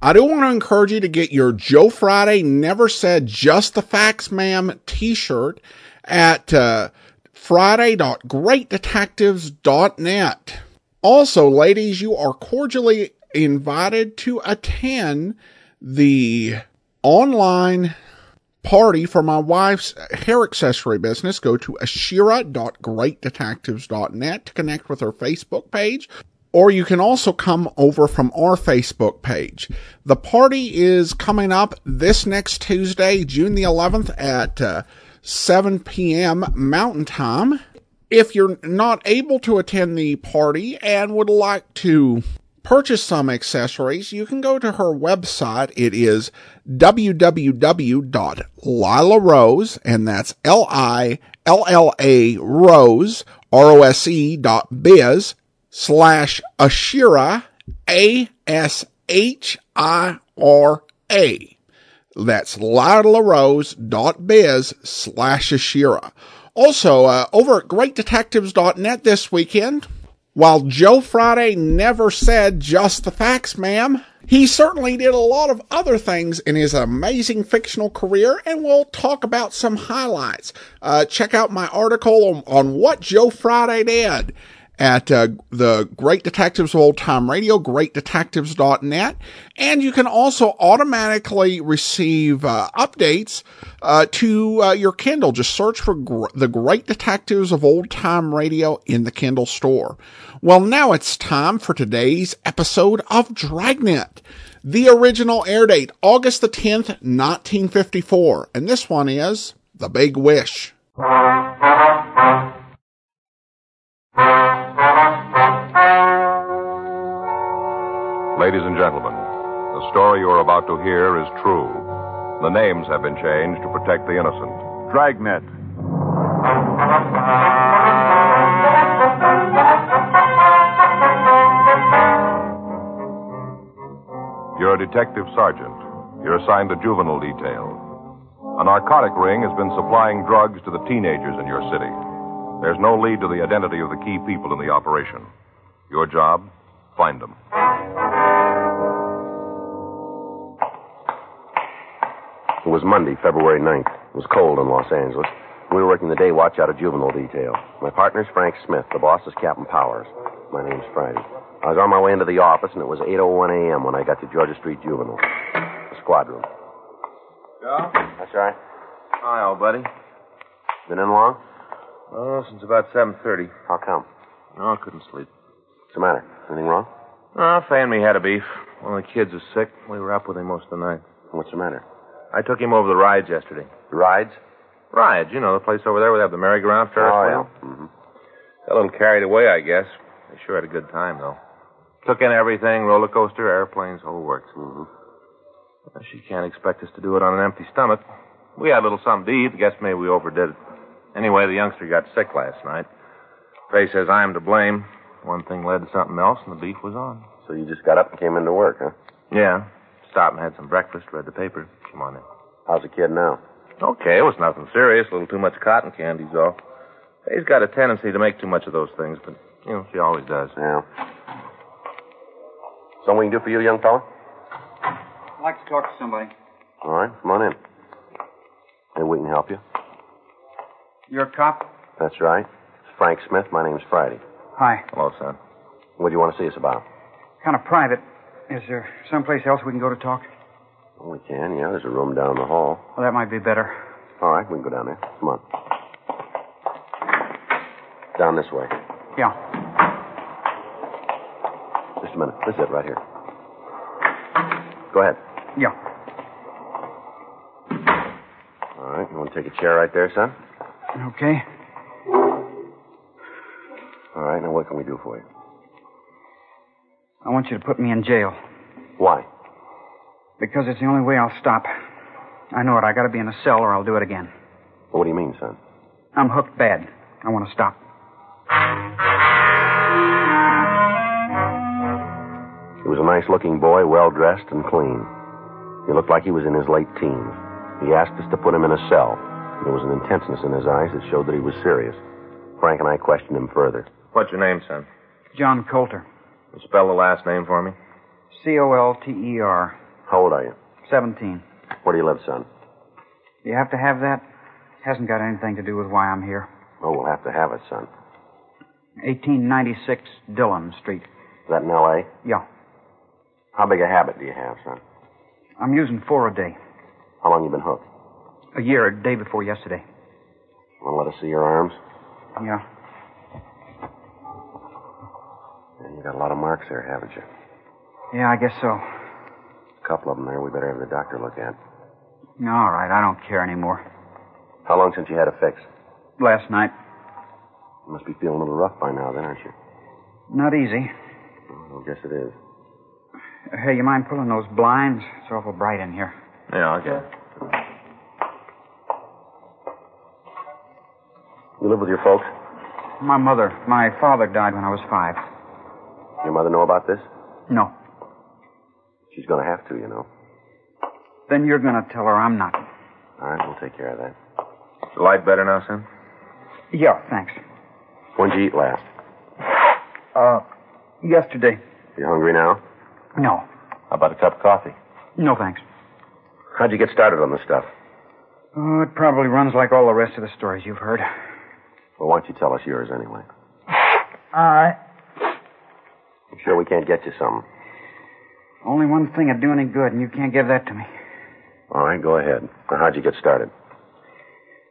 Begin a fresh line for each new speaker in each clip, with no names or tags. I do want to encourage you to get your Joe Friday Never Said Just the Facts Ma'am t-shirt at uh, friday.greatdetectives.net. Also, ladies, you are cordially invited to attend the online party for my wife's hair accessory business. Go to ashira.greatdetectives.net to connect with her Facebook page or you can also come over from our Facebook page. The party is coming up this next Tuesday, June the 11th at uh, 7 p.m. Mountain Time. If you're not able to attend the party and would like to purchase some accessories, you can go to her website. It is www.lilarose, and that's L I L L A Rose, R O S E dot biz slash Ashira, A S H I R A. That's lilalarose.biz slash Ashira. Also, uh, over at greatdetectives.net this weekend, while Joe Friday never said just the facts, ma'am, he certainly did a lot of other things in his amazing fictional career, and we'll talk about some highlights. Uh, check out my article on, on what Joe Friday did at uh, the Great Detectives of Old Time Radio, greatdetectives.net. And you can also automatically receive uh, updates uh, to your Kindle. Just search for gr- the Great Detectives of Old Time Radio in the Kindle store. Well, now it's time for today's episode of Dragnet. The original air date, August the 10th, 1954. And this one is The Big Wish.
Ladies and gentlemen, the story you are about to hear is true. The names have been changed to protect the innocent.
Dragnet.
You're a detective sergeant. You're assigned to juvenile detail. A narcotic ring has been supplying drugs to the teenagers in your city. There's no lead to the identity of the key people in the operation. Your job? Find them.
It was Monday, February 9th. It was cold in Los Angeles. We were working the day watch out of juvenile detail. My partner's Frank Smith. The boss is Captain Powers. My name's Friday. I was on my way into the office, and it was 8.01 a.m. when I got to Georgia Street Juvenile. The squad room.
Yeah?
That's all right.
Hi, old buddy.
Been in long?
Oh, since about 7.30.
How come?
No, I couldn't sleep.
What's the matter? Anything wrong?
Oh, Fan me had a beef. One of the kids was sick. We were up with him most of the night.
What's the matter?
I took him over the rides yesterday.
Rides?
Rides, you know, the place over there where they have the merry-go-round Ferris
oh,
wheel.
yeah. Mm-hmm.
Got a little carried away, I guess. They sure had a good time, though. Took in everything, roller coaster, airplanes, whole works.
Mm-hmm.
Well, She can't expect us to do it on an empty stomach. We had a little something to eat. I guess maybe we overdid it. Anyway, the youngster got sick last night. Fay says I'm to blame. One thing led to something else, and the beef was on.
So you just got up and came into work, huh?
Yeah. Stopped and had some breakfast, read the paper. Come on in.
How's the kid now?
Okay, it was nothing serious. A little too much cotton candy's all. He's got a tendency to make too much of those things, but, you know, she always does.
Yeah. Something we can do for you, young fella?
I'd like to talk to somebody.
All right, come on in. Maybe we can help you.
You're a cop?
That's right. It's Frank Smith. My name's Friday.
Hi.
Hello, son.
What do you want to see us about?
Kind of private. Is there someplace else we can go to talk?
Well, Oh, we can, yeah. There's a room down the hall.
Well, that might be better.
All right, we can go down there. Come on. Down this way.
Yeah.
Just a minute. This is it right here. Go ahead.
Yeah.
All right, you want to take a chair right there, son?
Okay.
All right, now what can we do for you?
I want you to put me in jail
Why?
because it's the only way I'll stop. I know it. I gotta be in a cell or I'll do it again.
What do you mean, son?
I'm hooked bad. I want to stop.
He was a nice looking boy, well dressed and clean. He looked like he was in his late teens. He asked us to put him in a cell. There was an intenseness in his eyes that showed that he was serious. Frank and I questioned him further.
What's your name, son?
John Coulter.
Spell the last name for me.
C O L T E R.
How old are you?
17.
Where do you live, son?
You have to have that? Hasn't got anything to do with why I'm here.
Oh, we'll have to have it, son.
1896 Dillon Street.
Is that in L.A.?
Yeah.
How big a habit do you have, son?
I'm using four a day.
How long you been hooked?
A year, a day before yesterday.
Want to let us see your arms?
Yeah.
Yeah, you got a lot of marks there, haven't you?
Yeah, I guess so.
A couple of them there we better have the doctor look at.
All right, I don't care anymore.
How long since you had a fix?
Last night.
You must be feeling a little rough by now, then, aren't you?
Not easy.
Well, I guess it is.
Hey, you mind pulling those blinds? It's awful bright in here.
Yeah, okay.
You live with your folks?
My mother, my father died when I was five.
Your mother know about this?
No.
She's going to have to, you know.
Then you're going to tell her I'm not.
All right, we'll take care of that.
Is the light better now, son?
Yeah, thanks.
When'd you eat last?
Uh, yesterday.
You hungry now?
No.
How about a cup of coffee?
No, thanks.
How'd you get started on this stuff?
Oh, it probably runs like all the rest of the stories you've heard.
Well, why don't you tell us yours anyway?
All right.
I'm sure we can't get you some.
Only one thing would do any good, and you can't give that to me.
All right, go ahead. Now, how'd you get started?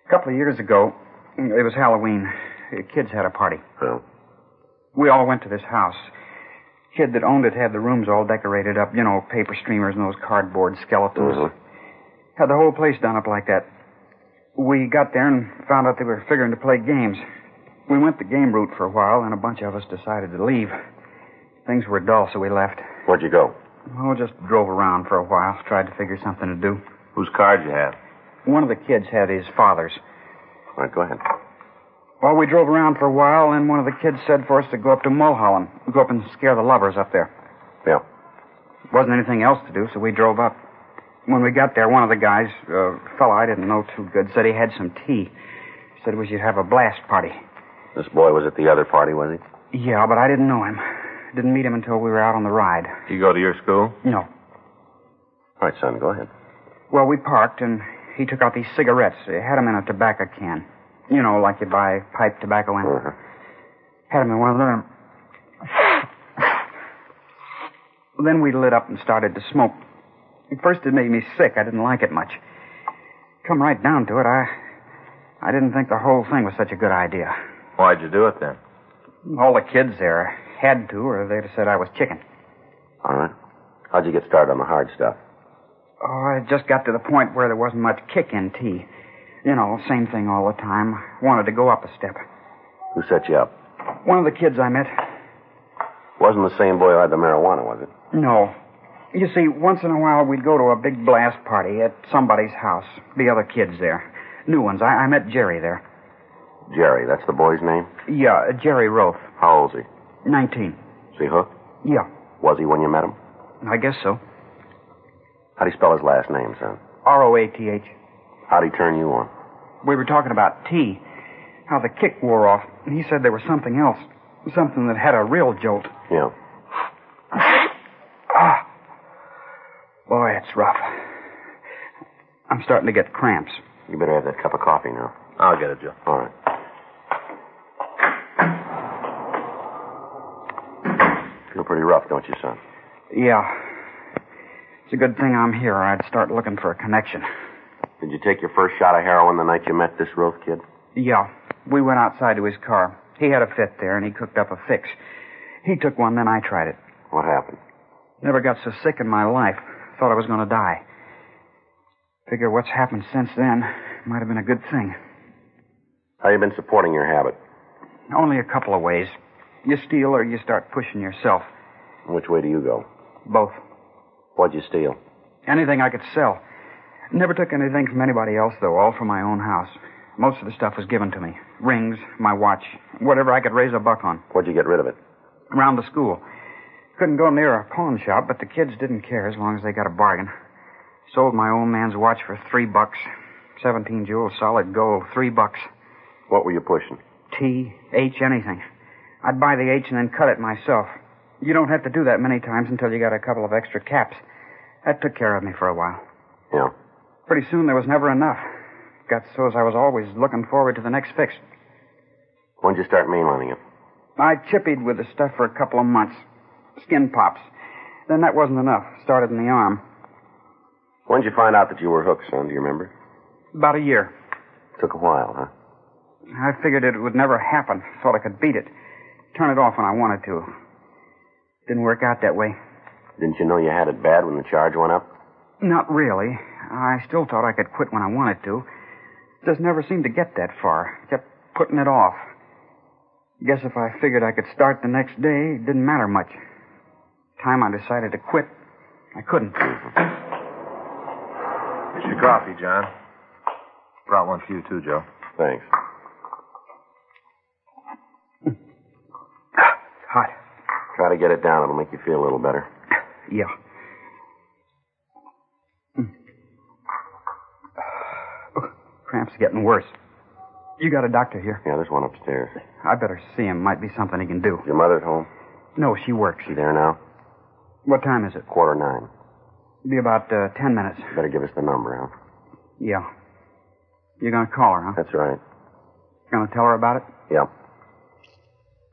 A couple of years ago, it was Halloween. The kids had a party.
Well,
We all went to this house. Kid that owned it had the rooms all decorated up, you know, paper streamers and those cardboard skeletons.
Mm-hmm.
Had the whole place done up like that. We got there and found out they were figuring to play games. We went the game route for a while, and a bunch of us decided to leave. Things were dull, so we left.
where'd you go?
Oh, just drove around for a while, tried to figure something to do.
Whose card you have?
One of the kids had his father's.
All right, go ahead.
Well, we drove around for a while, and one of the kids said for us to go up to Mulholland, go up and scare the lovers up there.
Yeah.
Wasn't anything else to do, so we drove up. When we got there, one of the guys, a fellow I didn't know too good, said he had some tea. Said we should have a blast party.
This boy was at the other party, was he?
Yeah, but I didn't know him. Didn't meet him until we were out on the ride.
You go to your school?
No.
All right, son, go ahead.
Well, we parked, and he took out these cigarettes. He had 'em in a tobacco can. You know, like you buy pipe tobacco in.
Uh-huh.
Had 'em in one of them. then we lit up and started to smoke. At first, it made me sick. I didn't like it much. Come right down to it, I, I didn't think the whole thing was such a good idea.
Why'd you do it then?
All the kids there had to, or they'd have said I was chicken.
All right. How'd you get started on the hard stuff?
Oh, I just got to the point where there wasn't much kick in tea. You know, same thing all the time. Wanted to go up a step.
Who set you up?
One of the kids I met.
Wasn't the same boy who had the marijuana, was it?
No. You see, once in a while we'd go to a big blast party at somebody's house. The other kids there. New ones. I, I met Jerry there.
Jerry, that's the boy's name?
Yeah, uh, Jerry Roth.
How old's he?
19.
Is he hooked?
Yeah,
Was he when you met him?
I guess so.
How'd he spell his last name, son?
R O A T H.
How'd he turn you on?
We were talking about tea. How the kick wore off. He said there was something else. Something that had a real jolt.
Yeah.
Boy, it's rough. I'm starting to get cramps.
You better have that cup of coffee now.
I'll get it, Joe.
All right. Feel pretty rough, don't you, son?
Yeah. It's a good thing I'm here. or I'd start looking for a connection.
Did you take your first shot of heroin the night you met this Roth kid?
Yeah. We went outside to his car. He had a fit there, and he cooked up a fix. He took one, then I tried it.
What happened?
Never got so sick in my life. Thought I was going to die. Figure what's happened since then might have been a good thing.
How you been supporting your habit?
Only a couple of ways. You steal or you start pushing yourself.
Which way do you go?
Both.
What'd you steal?
Anything I could sell. Never took anything from anybody else, though, all from my own house. Most of the stuff was given to me rings, my watch, whatever I could raise a buck on,
What'd you get rid of it?
around the school. Couldn't go near a pawn shop, but the kids didn't care as long as they got a bargain. Sold my old man's watch for three bucks. 17 jewels, solid gold, three bucks.
What were you pushing?
T, H, anything. I'd buy the H and then cut it myself. You don't have to do that many times until you got a couple of extra caps. That took care of me for a while.
Yeah.
Pretty soon there was never enough. Got so as I was always looking forward to the next fix.
When'd you start mainlining it?
I chippied with the stuff for a couple of months. Skin pops. Then that wasn't enough. Started in the arm.
When'd you find out that you were hooked, son? Do you remember?
About a year.
Took a while, huh?
I figured it would never happen. Thought I could beat it. Turn it off when I wanted to. Didn't work out that way.
Didn't you know you had it bad when the charge went up?
Not really. I still thought I could quit when I wanted to. Just never seemed to get that far. Kept putting it off. Guess if I figured I could start the next day, it didn't matter much. Time I decided to quit, I couldn't.
Here's your coffee, John. Brought one for you, too, Joe.
Thanks.
Hot.
Try to get it down. It'll make you feel a little better.
Yeah. Mm. Cramps getting worse. You got a doctor here.
Yeah, there's one upstairs.
I better see him. Might be something he can do.
Your mother's home?
No, she works.
She there now?
What time is it?
Quarter nine.
Be about uh, ten minutes.
Better give us the number, huh?
Yeah. You're gonna call her, huh?
That's right.
Gonna tell her about it?
Yep.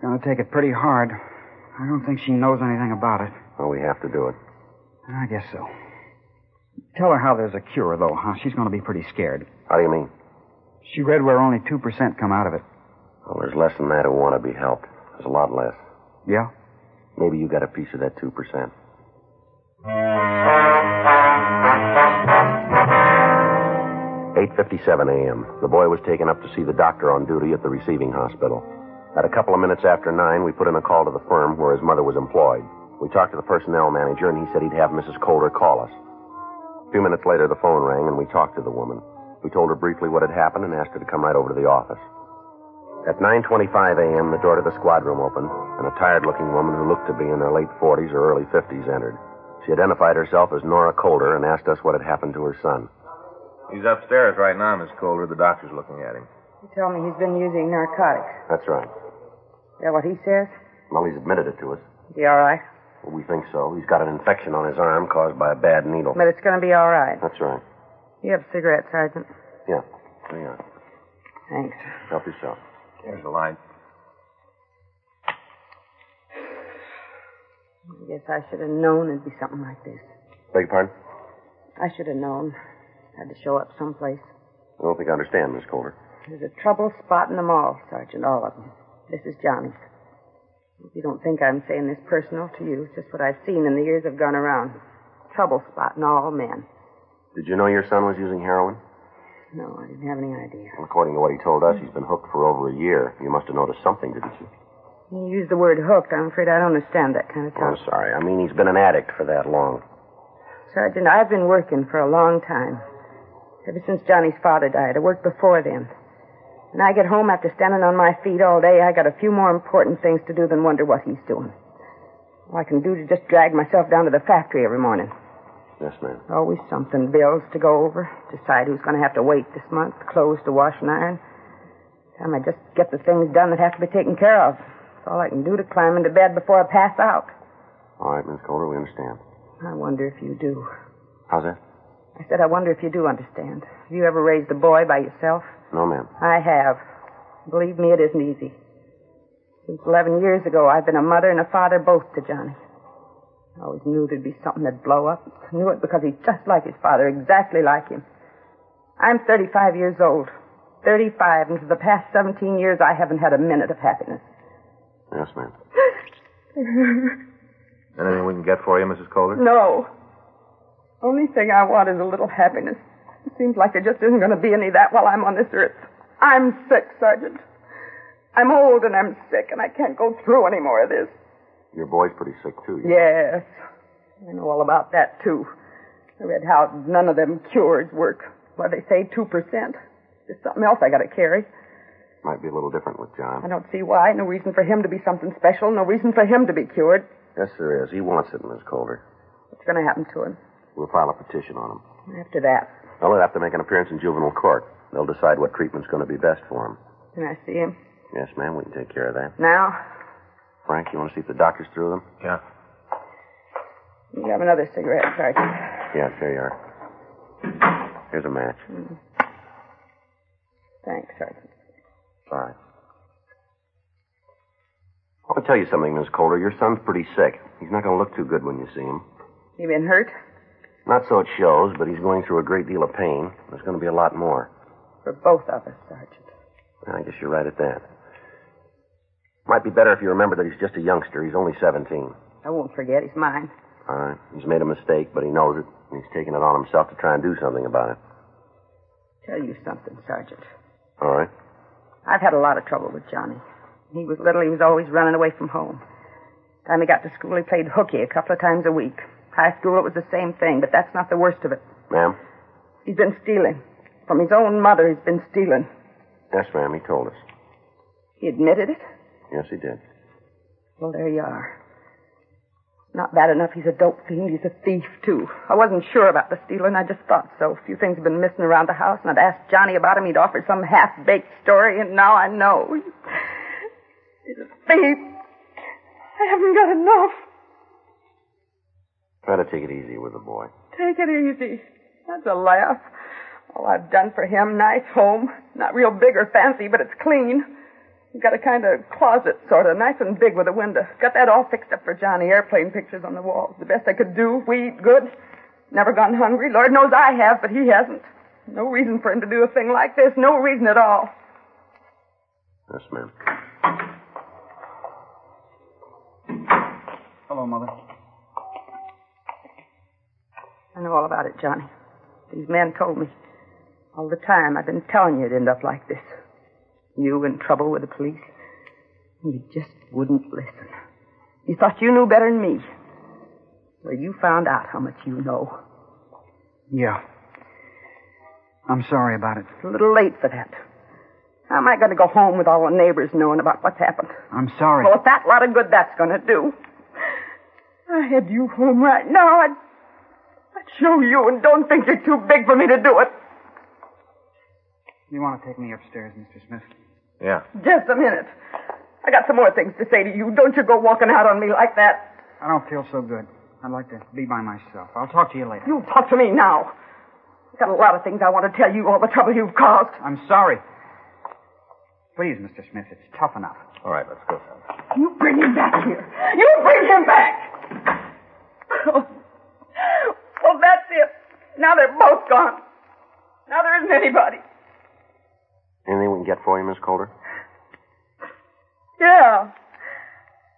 Gonna take it pretty hard. I don't think she knows anything about it.
Well, we have to do it.
I guess so. Tell her how there's a cure, though, huh? She's gonna be pretty scared.
How do you mean?
She read where only 2% come out of it.
Well, there's less than that who want to be helped. There's a lot less.
Yeah?
Maybe you got a piece of that 2%. Eight fifty-seven a.m. The boy was taken up to see the doctor on duty at the receiving hospital. At a couple of minutes after nine, we put in a call to the firm where his mother was employed. We talked to the personnel manager, and he said he'd have Mrs. Colder call us. A few minutes later, the phone rang, and we talked to the woman. We told her briefly what had happened and asked her to come right over to the office. At 9.25 a.m., the door to the squad room opened, and a tired-looking woman who looked to be in her late 40s or early 50s entered. She identified herself as Nora Colder and asked us what had happened to her son.
He's upstairs right now, Miss Colder. The doctor's looking at him.
He told me he's been using narcotics.
That's right.
Is that what he says?
Well, he's admitted it to us.
Be all right.
We think so. He's got an infection on his arm caused by a bad needle.
But it's going to be all right.
That's right.
You have a cigarette, Sergeant.
Yeah. There you are.
Thanks.
Help yourself.
There's the light.
I guess I should have known it'd be something like this.
Beg your pardon?
I should have known. Had to show up someplace.
I don't think I understand, Miss Colder.
There's a trouble spot in them all, Sergeant, all of them. This is Johnny's. If you don't think I'm saying this personal to you, it's just what I've seen in the years I've gone around. Trouble spot in all men.
Did you know your son was using heroin?
No, I didn't have any idea.
Well, according to what he told us, he's been hooked for over a year. You must have noticed something, didn't you?
You use the word hooked. I'm afraid I don't understand that kind of
I'm
talk.
sorry. I mean, he's been an addict for that long.
Sergeant, I've been working for a long time. Ever since Johnny's father died. I worked before then. When I get home after standing on my feet all day, I got a few more important things to do than wonder what he's doing. All I can do is just drag myself down to the factory every morning.
Yes, ma'am.
Always something. Bills to go over. Decide who's going to have to wait this month. Clothes to wash and iron. Time I just get the things done that have to be taken care of. It's all I can do to climb into bed before I pass out.
All right, Miss Colder, we understand.
I wonder if you do.
How's that?
I said, I wonder if you do understand. Have you ever raised a boy by yourself?
No, ma'am.
I have. Believe me, it isn't easy. Since 11 years ago, I've been a mother and a father both to Johnny. I always knew there'd be something that'd blow up. I knew it because he's just like his father, exactly like him. I'm 35 years old. 35, and for the past 17 years, I haven't had a minute of happiness.
Yes, ma'am.
Anything we can get for you, Mrs. Colder?
No. Only thing I want is a little happiness. It seems like there just isn't going to be any of that while I'm on this earth. I'm sick, Sergeant. I'm old and I'm sick, and I can't go through any more of this.
Your boy's pretty sick, too. you-
Yes. I know all about that, too. I read how none of them cures work. What they say, 2%. There's something else I got to carry.
Might be a little different with
I
John.
don't see why. No reason for him to be something special. No reason for him to be cured.
Yes, there is. He wants it, Miss Calder.
What's going to happen to him
We'll file a petition on him.
after that?
Well, he'll have to make an appearance in juvenile court. They'll decide what treatment's going to be best for him.
Can I see him
Yes, ma'am, we can take care of that.
now?
Frank, you want to see if the doctor's through with him?
Yeah.
You have another cigarette, Sergeant.
Yeah, sure you are. Here's a match.
Thanks, Sergeant.
All right. I want to tell you something, Miss Calder. Your son's pretty sick. He's not going to look too good when you see him.
You been hurt?
Not so it shows, but he's going through a great deal of pain. There's going to be a lot more.
For both of us, Sergeant.
I guess you're right at that. Might be better if you remember that he's just a youngster. He's only 17.
I won't forget. He's mine.
All right. He's made a mistake, but he knows it. and He's taking it on himself to try and do something about it.
Tell you something, Sergeant.
All right.
I've had a lot of trouble with Johnny. When He was little, he was always running away from home. Time he got to school, he played hooky a couple of times a week. High school, it was the same thing, but that's not the worst of it.
Ma'am?
He's been stealing. From his own mother, he's been stealing.
Yes, ma'am. He told us.
He admitted it?
Yes, he did.
Well, there you are. Not bad enough. He's a dope fiend. He's a thief, too. I wasn't sure about the stealing. I just thought so. A few things have been missing around the house, and I'd asked Johnny about him. He'd offered some half-baked story, and now I know. He's a thief. I haven't got enough.
Try to take it easy with the boy.
Take it easy. That's a laugh. All I've done for him, nice home. Not real big or fancy, but it's clean. We've got a kind of closet, sort of, nice and big with a window. Got that all fixed up for Johnny. Airplane pictures on the walls. The best I could do. We eat good. Never gone hungry. Lord knows I have, but he hasn't. No reason for him to do a thing like this. No reason at all.
Yes, ma'am.
Hello, Mother.
I know all about it, Johnny. These men told me. All the time I've been telling you it'd end up like this. You in trouble with the police. You just wouldn't listen. You thought you knew better than me. Well, you found out how much you know.
Yeah. I'm sorry about it.
It's a little late for that. How am I going to go home with all the neighbors knowing about what's happened?
I'm sorry.
Well, if that lot of good that's going to do. I had you home right now. I'd, I'd show you, and don't think you're too big for me to do it.
You want to take me upstairs, Mr. Smith?
Yeah.
Just a minute. I got some more things to say to you. Don't you go walking out on me like that.
I don't feel so good. I'd like to be by myself. I'll talk to you later.
You talk to me now. I've got a lot of things I want to tell you, all the trouble you've caused.
I'm sorry. Please, Mr. Smith, it's tough enough.
All right, let's go, son.
You bring him back here. You bring him back. Well, that's it. Now they're both gone. Now there isn't anybody.
Anything we can get for you, Miss Calder?
Yeah.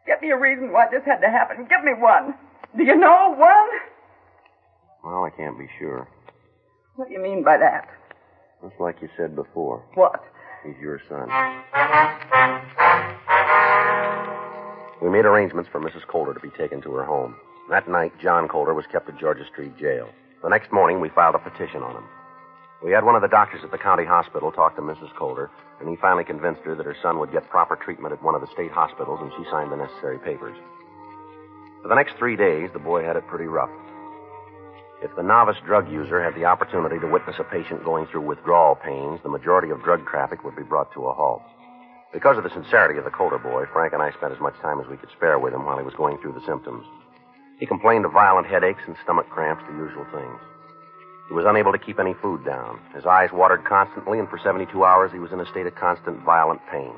Get me a reason why this had to happen. Give me one. Do you know one?
Well, I can't be sure.
What do you mean by that?
Just like you said before,
What?
he's your son. We made arrangements for Mrs. Calder to be taken to her home. That night, John Calder was kept at Georgia Street Jail. The next morning, we filed a petition on him. We had one of the doctors at the county hospital talk to Mrs. Calder, and he finally convinced her that her son would get proper treatment at one of the state hospitals, and she signed the necessary papers. For the next three days, the boy had it pretty rough. If the novice drug user had the opportunity to witness a patient going through withdrawal pains, the majority of drug traffic would be brought to a halt. Because of the sincerity of the Colter boy, Frank and I spent as much time as we could spare with him while he was going through the symptoms. He complained of violent headaches and stomach cramps, the usual things. He was unable to keep any food down. His eyes watered constantly, and for 72 hours he was in a state of constant violent pain.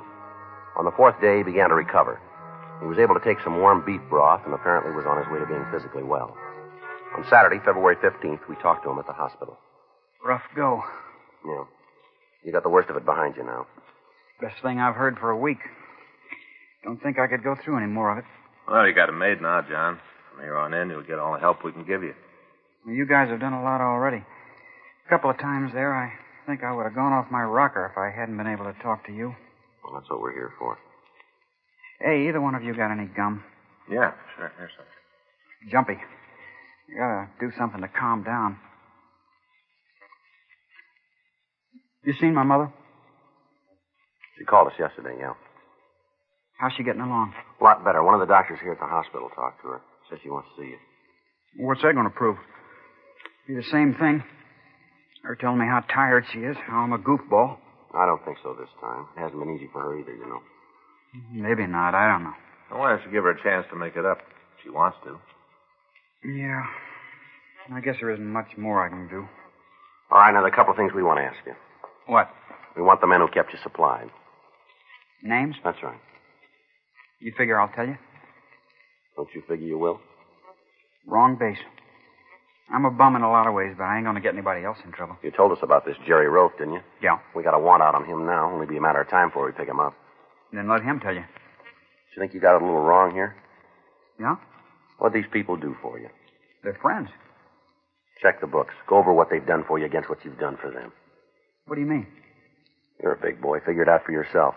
On the fourth day, he began to recover. He was able to take some warm beef broth and apparently was on his way to being physically well. On Saturday, February 15th, we talked to him at the hospital.
Rough go.
Yeah. You got the worst of it behind you now.
Best thing I've heard for a week. Don't think I could go through any more of it.
Well, you got a maid now, John. From here on in, you'll get all the help we can give you.
You guys have done a lot already. A couple of times there, I think I would have gone off my rocker if I hadn't been able to talk to you.
Well, that's what we're here for.
Hey, either one of you got any gum?
Yeah, sure. Here's some.
Jumpy. You gotta do something to calm down. You seen my mother?
She called us yesterday, yeah.
How's she getting along?
A lot better. One of the doctors here at the hospital talked to her. Says she wants to see you.
What's that gonna prove? Be the same thing. Her telling me how tired she is, how I'm a goofball.
I don't think so this time. It hasn't been easy for her either, you know.
Maybe not, I don't know.
Now, why don't you give her a chance to make it up? If she wants to.
Yeah. I guess there isn't much more I can do.
All right, now there are a couple of things we want to ask you.
What?
We want the men who kept you supplied.
Names?
That's right.
You figure I'll tell you?
Don't you figure you will?
Wrong base. I'm a bum in a lot of ways, but I ain't gonna get anybody else in trouble.
You told us about this Jerry Rofe, didn't you?
Yeah.
We got a want out on him now. Only be a matter of time before we pick him up.
Then let him tell you.
Do you think you got it a little wrong here?
Yeah?
What these people do for you?
They're friends.
Check the books. Go over what they've done for you against what you've done for them.
What do you mean?
You're a big boy. Figure it out for yourself.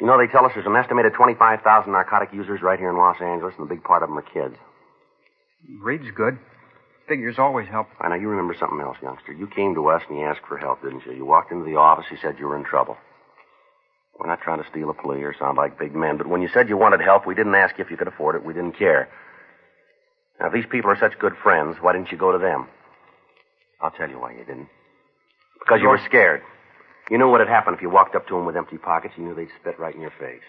You know, they tell us there's an estimated 25,000 narcotic users right here in Los Angeles, and a big part of them are kids.
Reed's good. Figures always help.
I know you remember something else, youngster. You came to us and you asked for help, didn't you? You walked into the office, you said you were in trouble. We're not trying to steal a plea or sound like big men, but when you said you wanted help, we didn't ask you if you could afford it. We didn't care. Now, if these people are such good friends, why didn't you go to them? I'll tell you why you didn't. Because you were scared. You knew what had happened if you walked up to them with empty pockets. You knew they'd spit right in your face.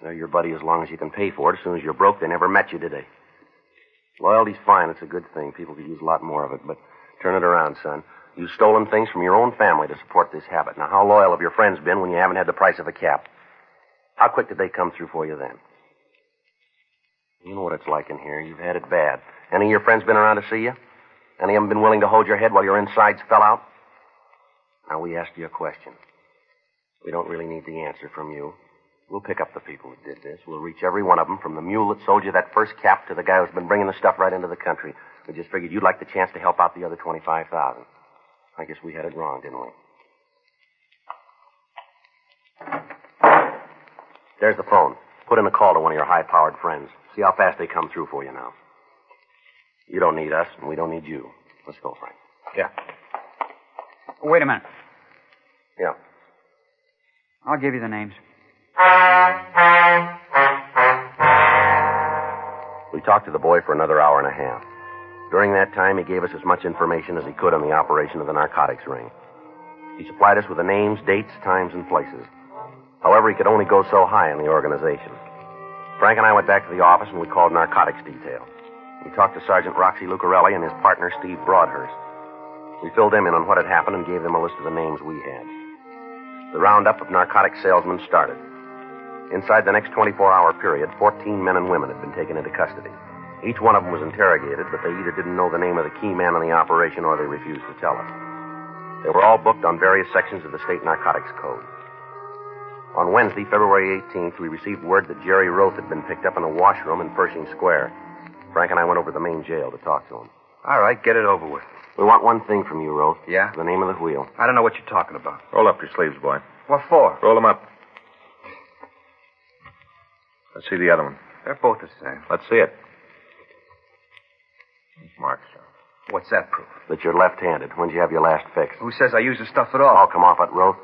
They're your buddy as long as you can pay for it. As soon as you're broke, they never met you, did they? Loyalty's fine. It's a good thing. People could use a lot more of it, but turn it around, son. You've stolen things from your own family to support this habit. Now, how loyal have your friends been when you haven't had the price of a cap? How quick did they come through for you then? You know what it's like in here. You've had it bad. Any of your friends been around to see you? Any of them been willing to hold your head while your insides fell out? Now, we asked you a question. We don't really need the answer from you. We'll pick up the people that did this. We'll reach every one of them, from the mule that sold you that first cap to the guy who's been bringing the stuff right into the country. We just figured you'd like the chance to help out the other 25,000. I guess we had it wrong, didn't we? There's the phone. Put in a call to one of your high powered friends. See how fast they come through for you now. You don't need us, and we don't need you. Let's go, Frank.
Yeah. Wait a minute.
Yeah.
I'll give you the names.
We talked to the boy for another hour and a half. During that time, he gave us as much information as he could on the operation of the narcotics ring. He supplied us with the names, dates, times, and places. However, he could only go so high in the organization. Frank and I went back to the office and we called narcotics detail. We talked to Sergeant Roxy Lucarelli and his partner Steve Broadhurst. We filled them in on what had happened and gave them a list of the names we had. The roundup of narcotic salesmen started. Inside the next 24 hour period, 14 men and women had been taken into custody. Each one of them was interrogated, but they either didn't know the name of the key man in the operation or they refused to tell us. They were all booked on various sections of the state narcotics code. On Wednesday, February 18th, we received word that Jerry Roth had been picked up in a washroom in Pershing Square. Frank and I went over to the main jail to talk to him.
All right, get it over with.
We want one thing from you, Roth.
Yeah?
The name of the wheel.
I don't know what you're talking about.
Roll up your sleeves, boy.
What for?
Roll them up. Let's see the other one.
They're both the same.
Let's see it. Marks.
What's that proof?
That you're left handed. When did you have your last fix?
Who says I use the stuff at all?
I'll come off it, Roth.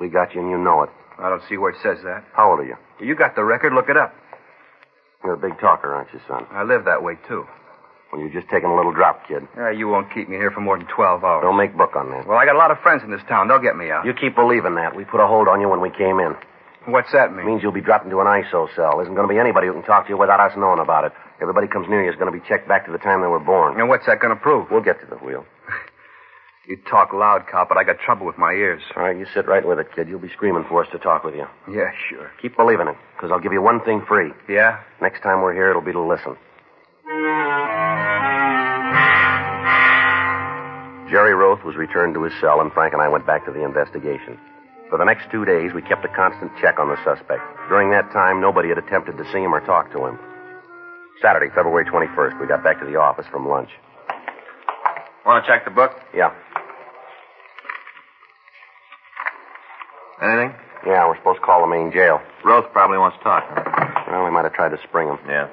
We got you and you know it.
I don't see where it says that.
How old are you?
You got the record. Look it up.
You're a big talker, aren't you, son?
I live that way, too.
Well, you're just taking a little drop, kid.
Yeah, you won't keep me here for more than 12 hours.
Don't make book on that.
Well, I got a lot of friends in this town. They'll get me out.
You keep believing that. We put a hold on you when we came in.
What's that
It
mean?
means you'll be dropped into an ISO cell. Isn't going to be anybody who can talk to you without us knowing about it. Everybody comes near you is going to be checked back to the time they were born.
And what's that going to prove?
We'll get to the wheel.
You talk loud, cop, but I got trouble with my ears.
All right, you sit right with it, kid. You'll be screaming for us to talk with you.
Yeah, sure.
Keep believing it, because I'll give you one thing free.
Yeah?
Next time we're here, it'll be to listen. Jerry Roth was returned to his cell, and Frank and I went back to the investigation. For the next two days, we kept a constant check on the suspect. During that time, nobody had attempted to see him or talk to him. Saturday, February 21st, we got back to the office from lunch.
Want to check the book?
Yeah.
Anything?
Yeah, we're supposed to call the main jail.
Roth probably wants to talk.
Well, we might have tried to spring him.
Yeah.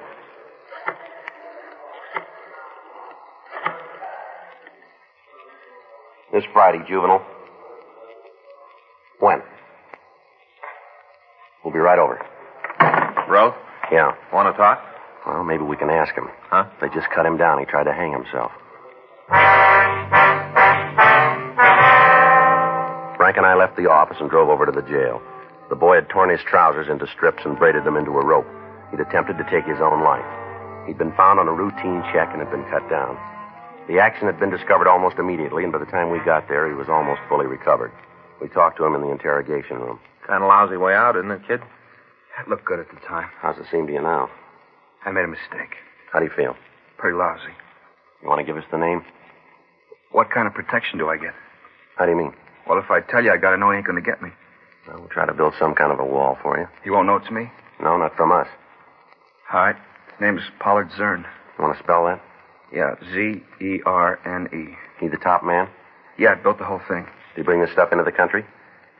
This Friday, juvenile. When? We'll be right over.
Rose,
Yeah.
want to talk?
Well, maybe we can ask him.
Huh?
They just cut him down. He tried to hang himself. Frank and I left the office and drove over to the jail. The boy had torn his trousers into strips and braided them into a rope. He'd attempted to take his own life. He'd been found on a routine check and had been cut down. The action had been discovered almost immediately, and by the time we got there, he was almost fully recovered. We talked to him in the interrogation room.
Kind of lousy way out, isn't it, kid?
That looked good at the time.
How's it seem to you now?
I made a mistake.
How do you feel?
Pretty lousy.
You want to give us the name?
What kind of protection do I get?
How do you mean?
Well, if I tell you, I gotta know he ain't gonna get me.
Well, we'll try to build some kind of a wall for you.
You won't know it's me?
No, not from us.
All right. His name's Pollard Zern.
You want to spell that?
Yeah, Z E R N E.
He the top man?
Yeah, I built the whole thing.
Did he bring this stuff into the country?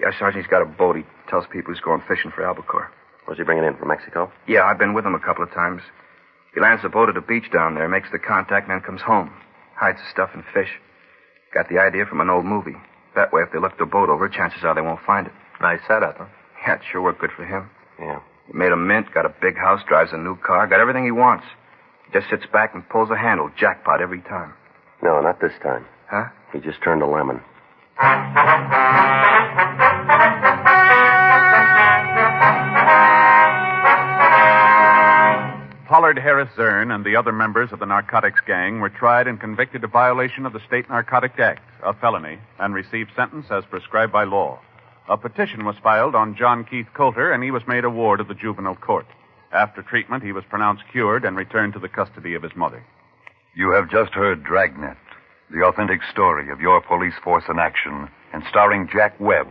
Yeah, Sergeant's got a boat. He tells people he's going fishing for albacore.
Was he bringing it in from Mexico?
Yeah, I've been with him a couple of times. He lands the boat at a beach down there, makes the contact, and then comes home. Hides the stuff and fish. Got the idea from an old movie. That way, if they look the boat over, chances are they won't find it.
Nice setup, huh?
Yeah, it sure worked good for him.
Yeah.
He made a mint, got a big house, drives a new car, got everything he wants. Just sits back and pulls a handle, jackpot every time.
No, not this time.
Huh?
He just turned a lemon.
Pollard Harris Zern and the other members of the narcotics gang were tried and convicted of violation of the State Narcotic Act, a felony, and received sentence as prescribed by law. A petition was filed on John Keith Coulter, and he was made a ward of the juvenile court. After treatment, he was pronounced cured and returned to the custody of his mother.
You have just heard Dragnet, the authentic story of your police force in action, and starring Jack Webb,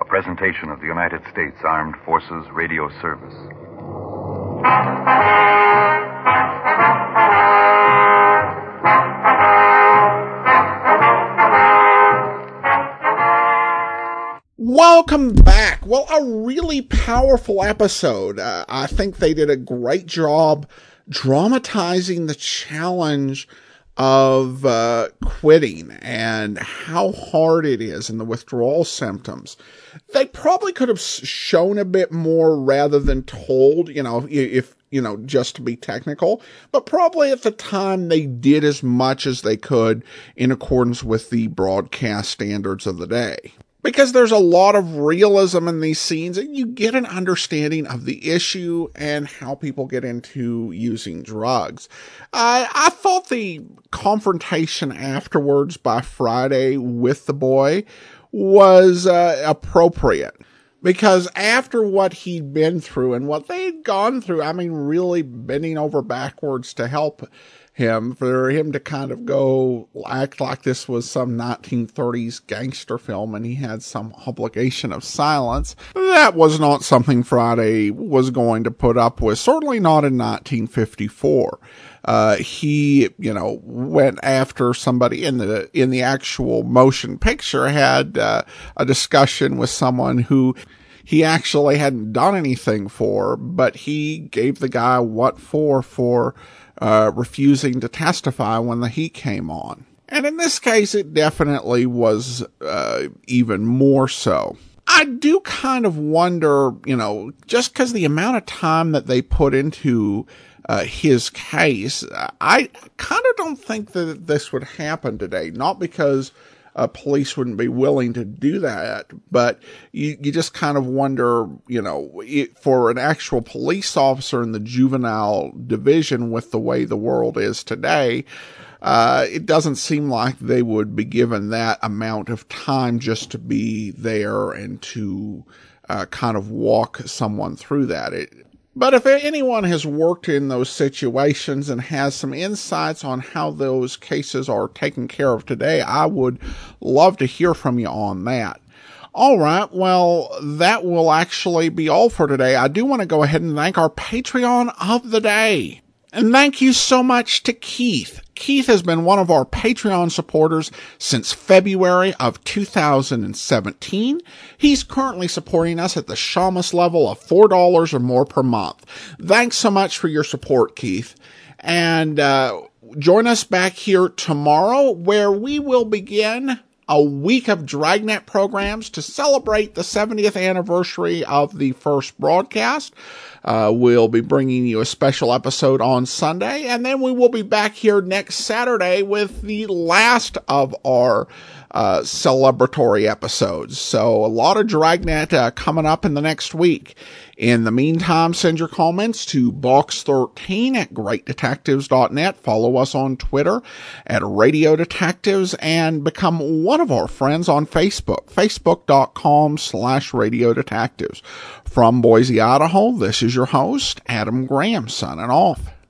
a presentation of the United States Armed Forces Radio Service.
Welcome back. Well, a really powerful episode. Uh, I think they did a great job dramatizing the challenge of uh, quitting and how hard it is and the withdrawal symptoms. They probably could have s- shown a bit more rather than told, you know, i- if, you know, just to be technical, but probably at the time they did as much as they could in accordance with the broadcast standards of the day because there's a lot of realism in these scenes and you get an understanding of the issue and how people get into using drugs. Uh, I thought the confrontation afterwards by Friday with the boy was uh, appropriate because after what he'd been through and what they had gone through, I mean, really bending over backwards to help him, for him to kind of go act like this was some 1930s gangster film and he had some obligation of silence, that was not something Friday was going to put up with, certainly not in 1954. Uh, he, you know, went after somebody in the in the actual motion picture had uh, a discussion with someone who he actually hadn't done anything for, but he gave the guy what for for uh, refusing to testify when the heat came on. And in this case, it definitely was uh, even more so. I do kind of wonder, you know, just because the amount of time that they put into uh, his case, I kind of don't think that this would happen today. Not because uh, police wouldn't be willing to do that. But you, you just kind of wonder, you know, it, for an actual police officer in the juvenile division with the way the world is today, uh, it doesn't seem like they would be given that amount of time just to be there and to uh, kind of walk someone through that. It, but if anyone has worked in those situations and has some insights on how those cases are taken care of today, I would love to hear from you on that. All right, well, that will actually be all for today. I do want to go ahead and thank our Patreon of the day. And thank you so much to Keith. Keith has been one of our Patreon supporters since February of 2017. He's currently supporting us at the Shamus level of $4 or more per month. Thanks so much for your support, Keith. And uh, join us back here tomorrow where we will begin a week of Dragnet programs to celebrate the 70th anniversary of the first broadcast. Uh, we'll be bringing you a special episode on Sunday, and then we will be back here next Saturday with the last of our uh, celebratory episodes. So a lot of Dragnet uh, coming up in the next week. In the meantime, send your comments to box13 at greatdetectives.net. Follow us on Twitter at Radio Detectives and become one of our friends on Facebook, facebook.com slash Radio Detectives. From Boise, Idaho, this is your host, Adam Graham, signing off.